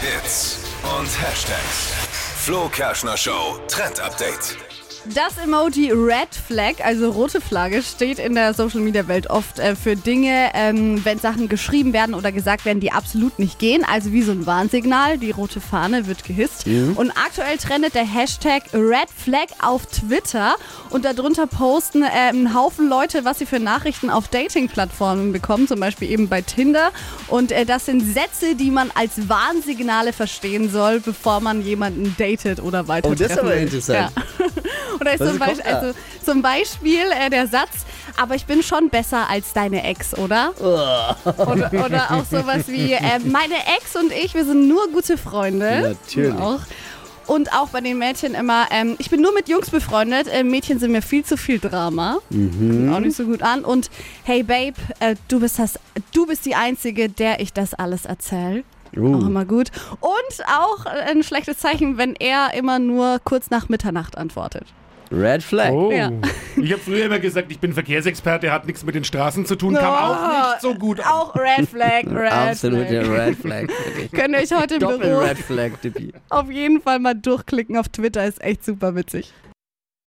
Hits und Hashtags. Flo Kerschner Show Trend Update. Das Emoji Red Flag, also rote Flagge, steht in der Social Media Welt oft äh, für Dinge, ähm, wenn Sachen geschrieben werden oder gesagt werden, die absolut nicht gehen. Also wie so ein Warnsignal, die rote Fahne wird gehisst. Und aktuell trendet der Hashtag Red Flag auf Twitter und darunter posten äh, einen Haufen Leute, was sie für Nachrichten auf Dating-Plattformen bekommen, zum Beispiel eben bei Tinder. Und äh, das sind Sätze, die man als Warnsignale verstehen soll, bevor man jemanden datet oder weiter Oh, das ist aber interessant. Ja. Oder ist Was zum, kommt Beispiel, da? also, zum Beispiel äh, der Satz, aber ich bin schon besser als deine Ex, oder? oder, oder auch sowas wie, äh, meine Ex und ich, wir sind nur gute Freunde. Natürlich. Auch. Und auch bei den Mädchen immer, ähm, ich bin nur mit Jungs befreundet, äh, Mädchen sind mir viel zu viel Drama. Mhm. Kommt auch nicht so gut an. Und hey Babe, äh, du, bist das, du bist die Einzige, der ich das alles erzähle. Uh. Auch Um, immer gut. Und auch äh, ein schlechtes Zeichen, wenn er immer nur kurz nach Mitternacht antwortet. Red Flag. Oh. Ja. Ich habe früher immer gesagt, ich bin Verkehrsexperte, hat nichts mit den Straßen zu tun, kam Oh, auch nicht so gut an. Auch Red Flag, Red Absolut Flag. Red Flag. wirklich. Könnt ihr euch heute im Doppel Büro Red Flag, Dippy. auf jeden Fall mal durchklicken auf Twitter, ist echt super witzig.